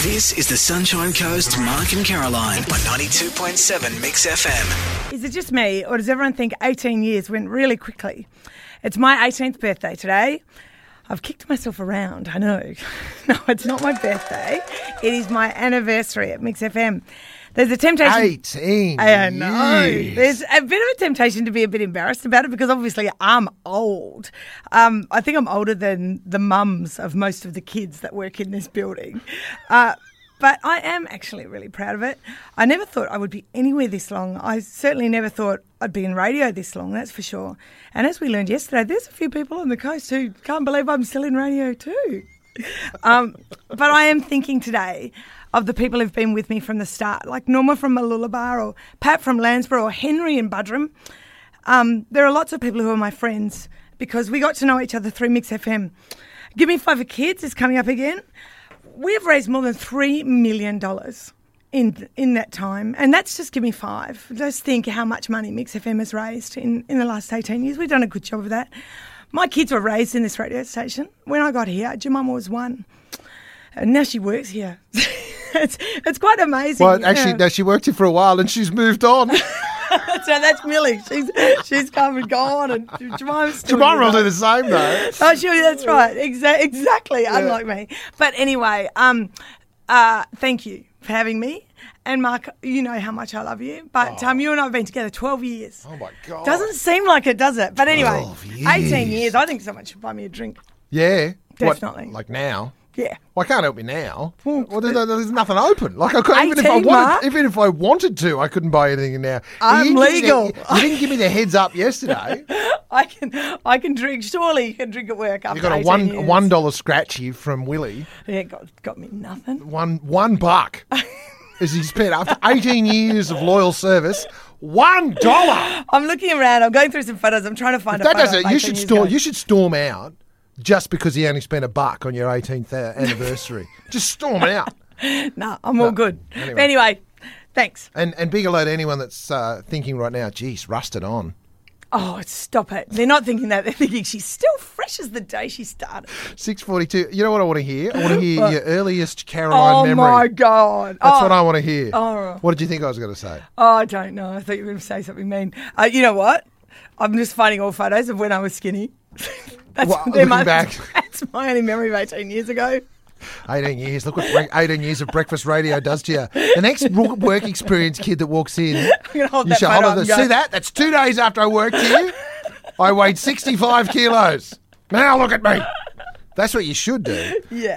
This is the Sunshine Coast, Mark and Caroline on 92.7 Mix FM. Is it just me, or does everyone think 18 years went really quickly? It's my 18th birthday today. I've kicked myself around, I know. no, it's not my birthday. It is my anniversary at Mix FM. There's a temptation. 18. I know. Oh, years. There's a bit of a temptation to be a bit embarrassed about it because obviously I'm old. Um, I think I'm older than the mums of most of the kids that work in this building. Uh, but I am actually really proud of it. I never thought I would be anywhere this long. I certainly never thought I'd be in radio this long, that's for sure. And as we learned yesterday, there's a few people on the coast who can't believe I'm still in radio too. Um, but I am thinking today of the people who've been with me from the start, like Norma from Malulabar or Pat from Landsborough or Henry in Budrum. Um, there are lots of people who are my friends because we got to know each other through Mix FM. Give Me Five for Kids is coming up again. We have raised more than $3 million in, in that time. And that's just Give Me Five. Just think how much money Mix FM has raised in, in the last 18 years. We've done a good job of that. My kids were raised in this radio station. When I got here, Jemima was one. And now she works here. it's, it's quite amazing. Well, actually, Yeah. no, she worked here for a while and she's moved on. So that's Millie. She's she's come and gone, and Jemima's still Tomorrow here. will do the same, though. Oh, sure, that's right. Exa- exactly, unlike me. But anyway, um, uh, thank you for having me. And Mark, you know how much I love you, but um, you and I have been together 12 years. Oh, my God. Doesn't seem like it, does it? But anyway, 12 18 years. years. I think someone should buy me a drink. Yeah. Definitely. What, like now. Yeah. Well, I can't help you now. Well, Well, there's, no- there's nothing open. Like I couldn't, even if I 18, wanted, Mark? even if I wanted to, I couldn't buy anything now. I'm You didn't give me the- legal. you didn't give me the heads up yesterday. I can I can drink. Surely you can drink at work after You got a 18 one years. one dollar scratchy from Willie. Yeah, got, got me nothing. One one buck is he spent after 18 years of loyal service. One dollar. I'm looking around. I'm going through some photos. I'm trying to find a That photo of doesn't. You 18 should years storm. ago. You should storm out just because he only spent a buck on your 18th anniversary. just storm out. No, I'm all good. anyway. But anyway, thanks. And and big hello to anyone that's uh, thinking right now, geez, rusted on. Oh, stop it. They're not thinking that. They're thinking she's still fresh as the day she started. 642. You know what I want to hear? I want to hear your earliest Caroline Oh, memory. my God. That's oh, what I want to hear. Oh. What did you think I was going to say? oh, I don't know. I thought you were going to say something mean. Uh, you know what? I'm just finding all photos of when I was skinny. that's, Well, they're my, looking back. that's my only memory of 18 years ago. 18 years. Look what bre- 18 years of breakfast radio does to you. The next wo- work experience kid that walks in. gonna hold you that should photo hold on up to- and go- See that? That's two days after I worked here. I weighed 65 kilos. Now look at me. That's what you should do. Yeah.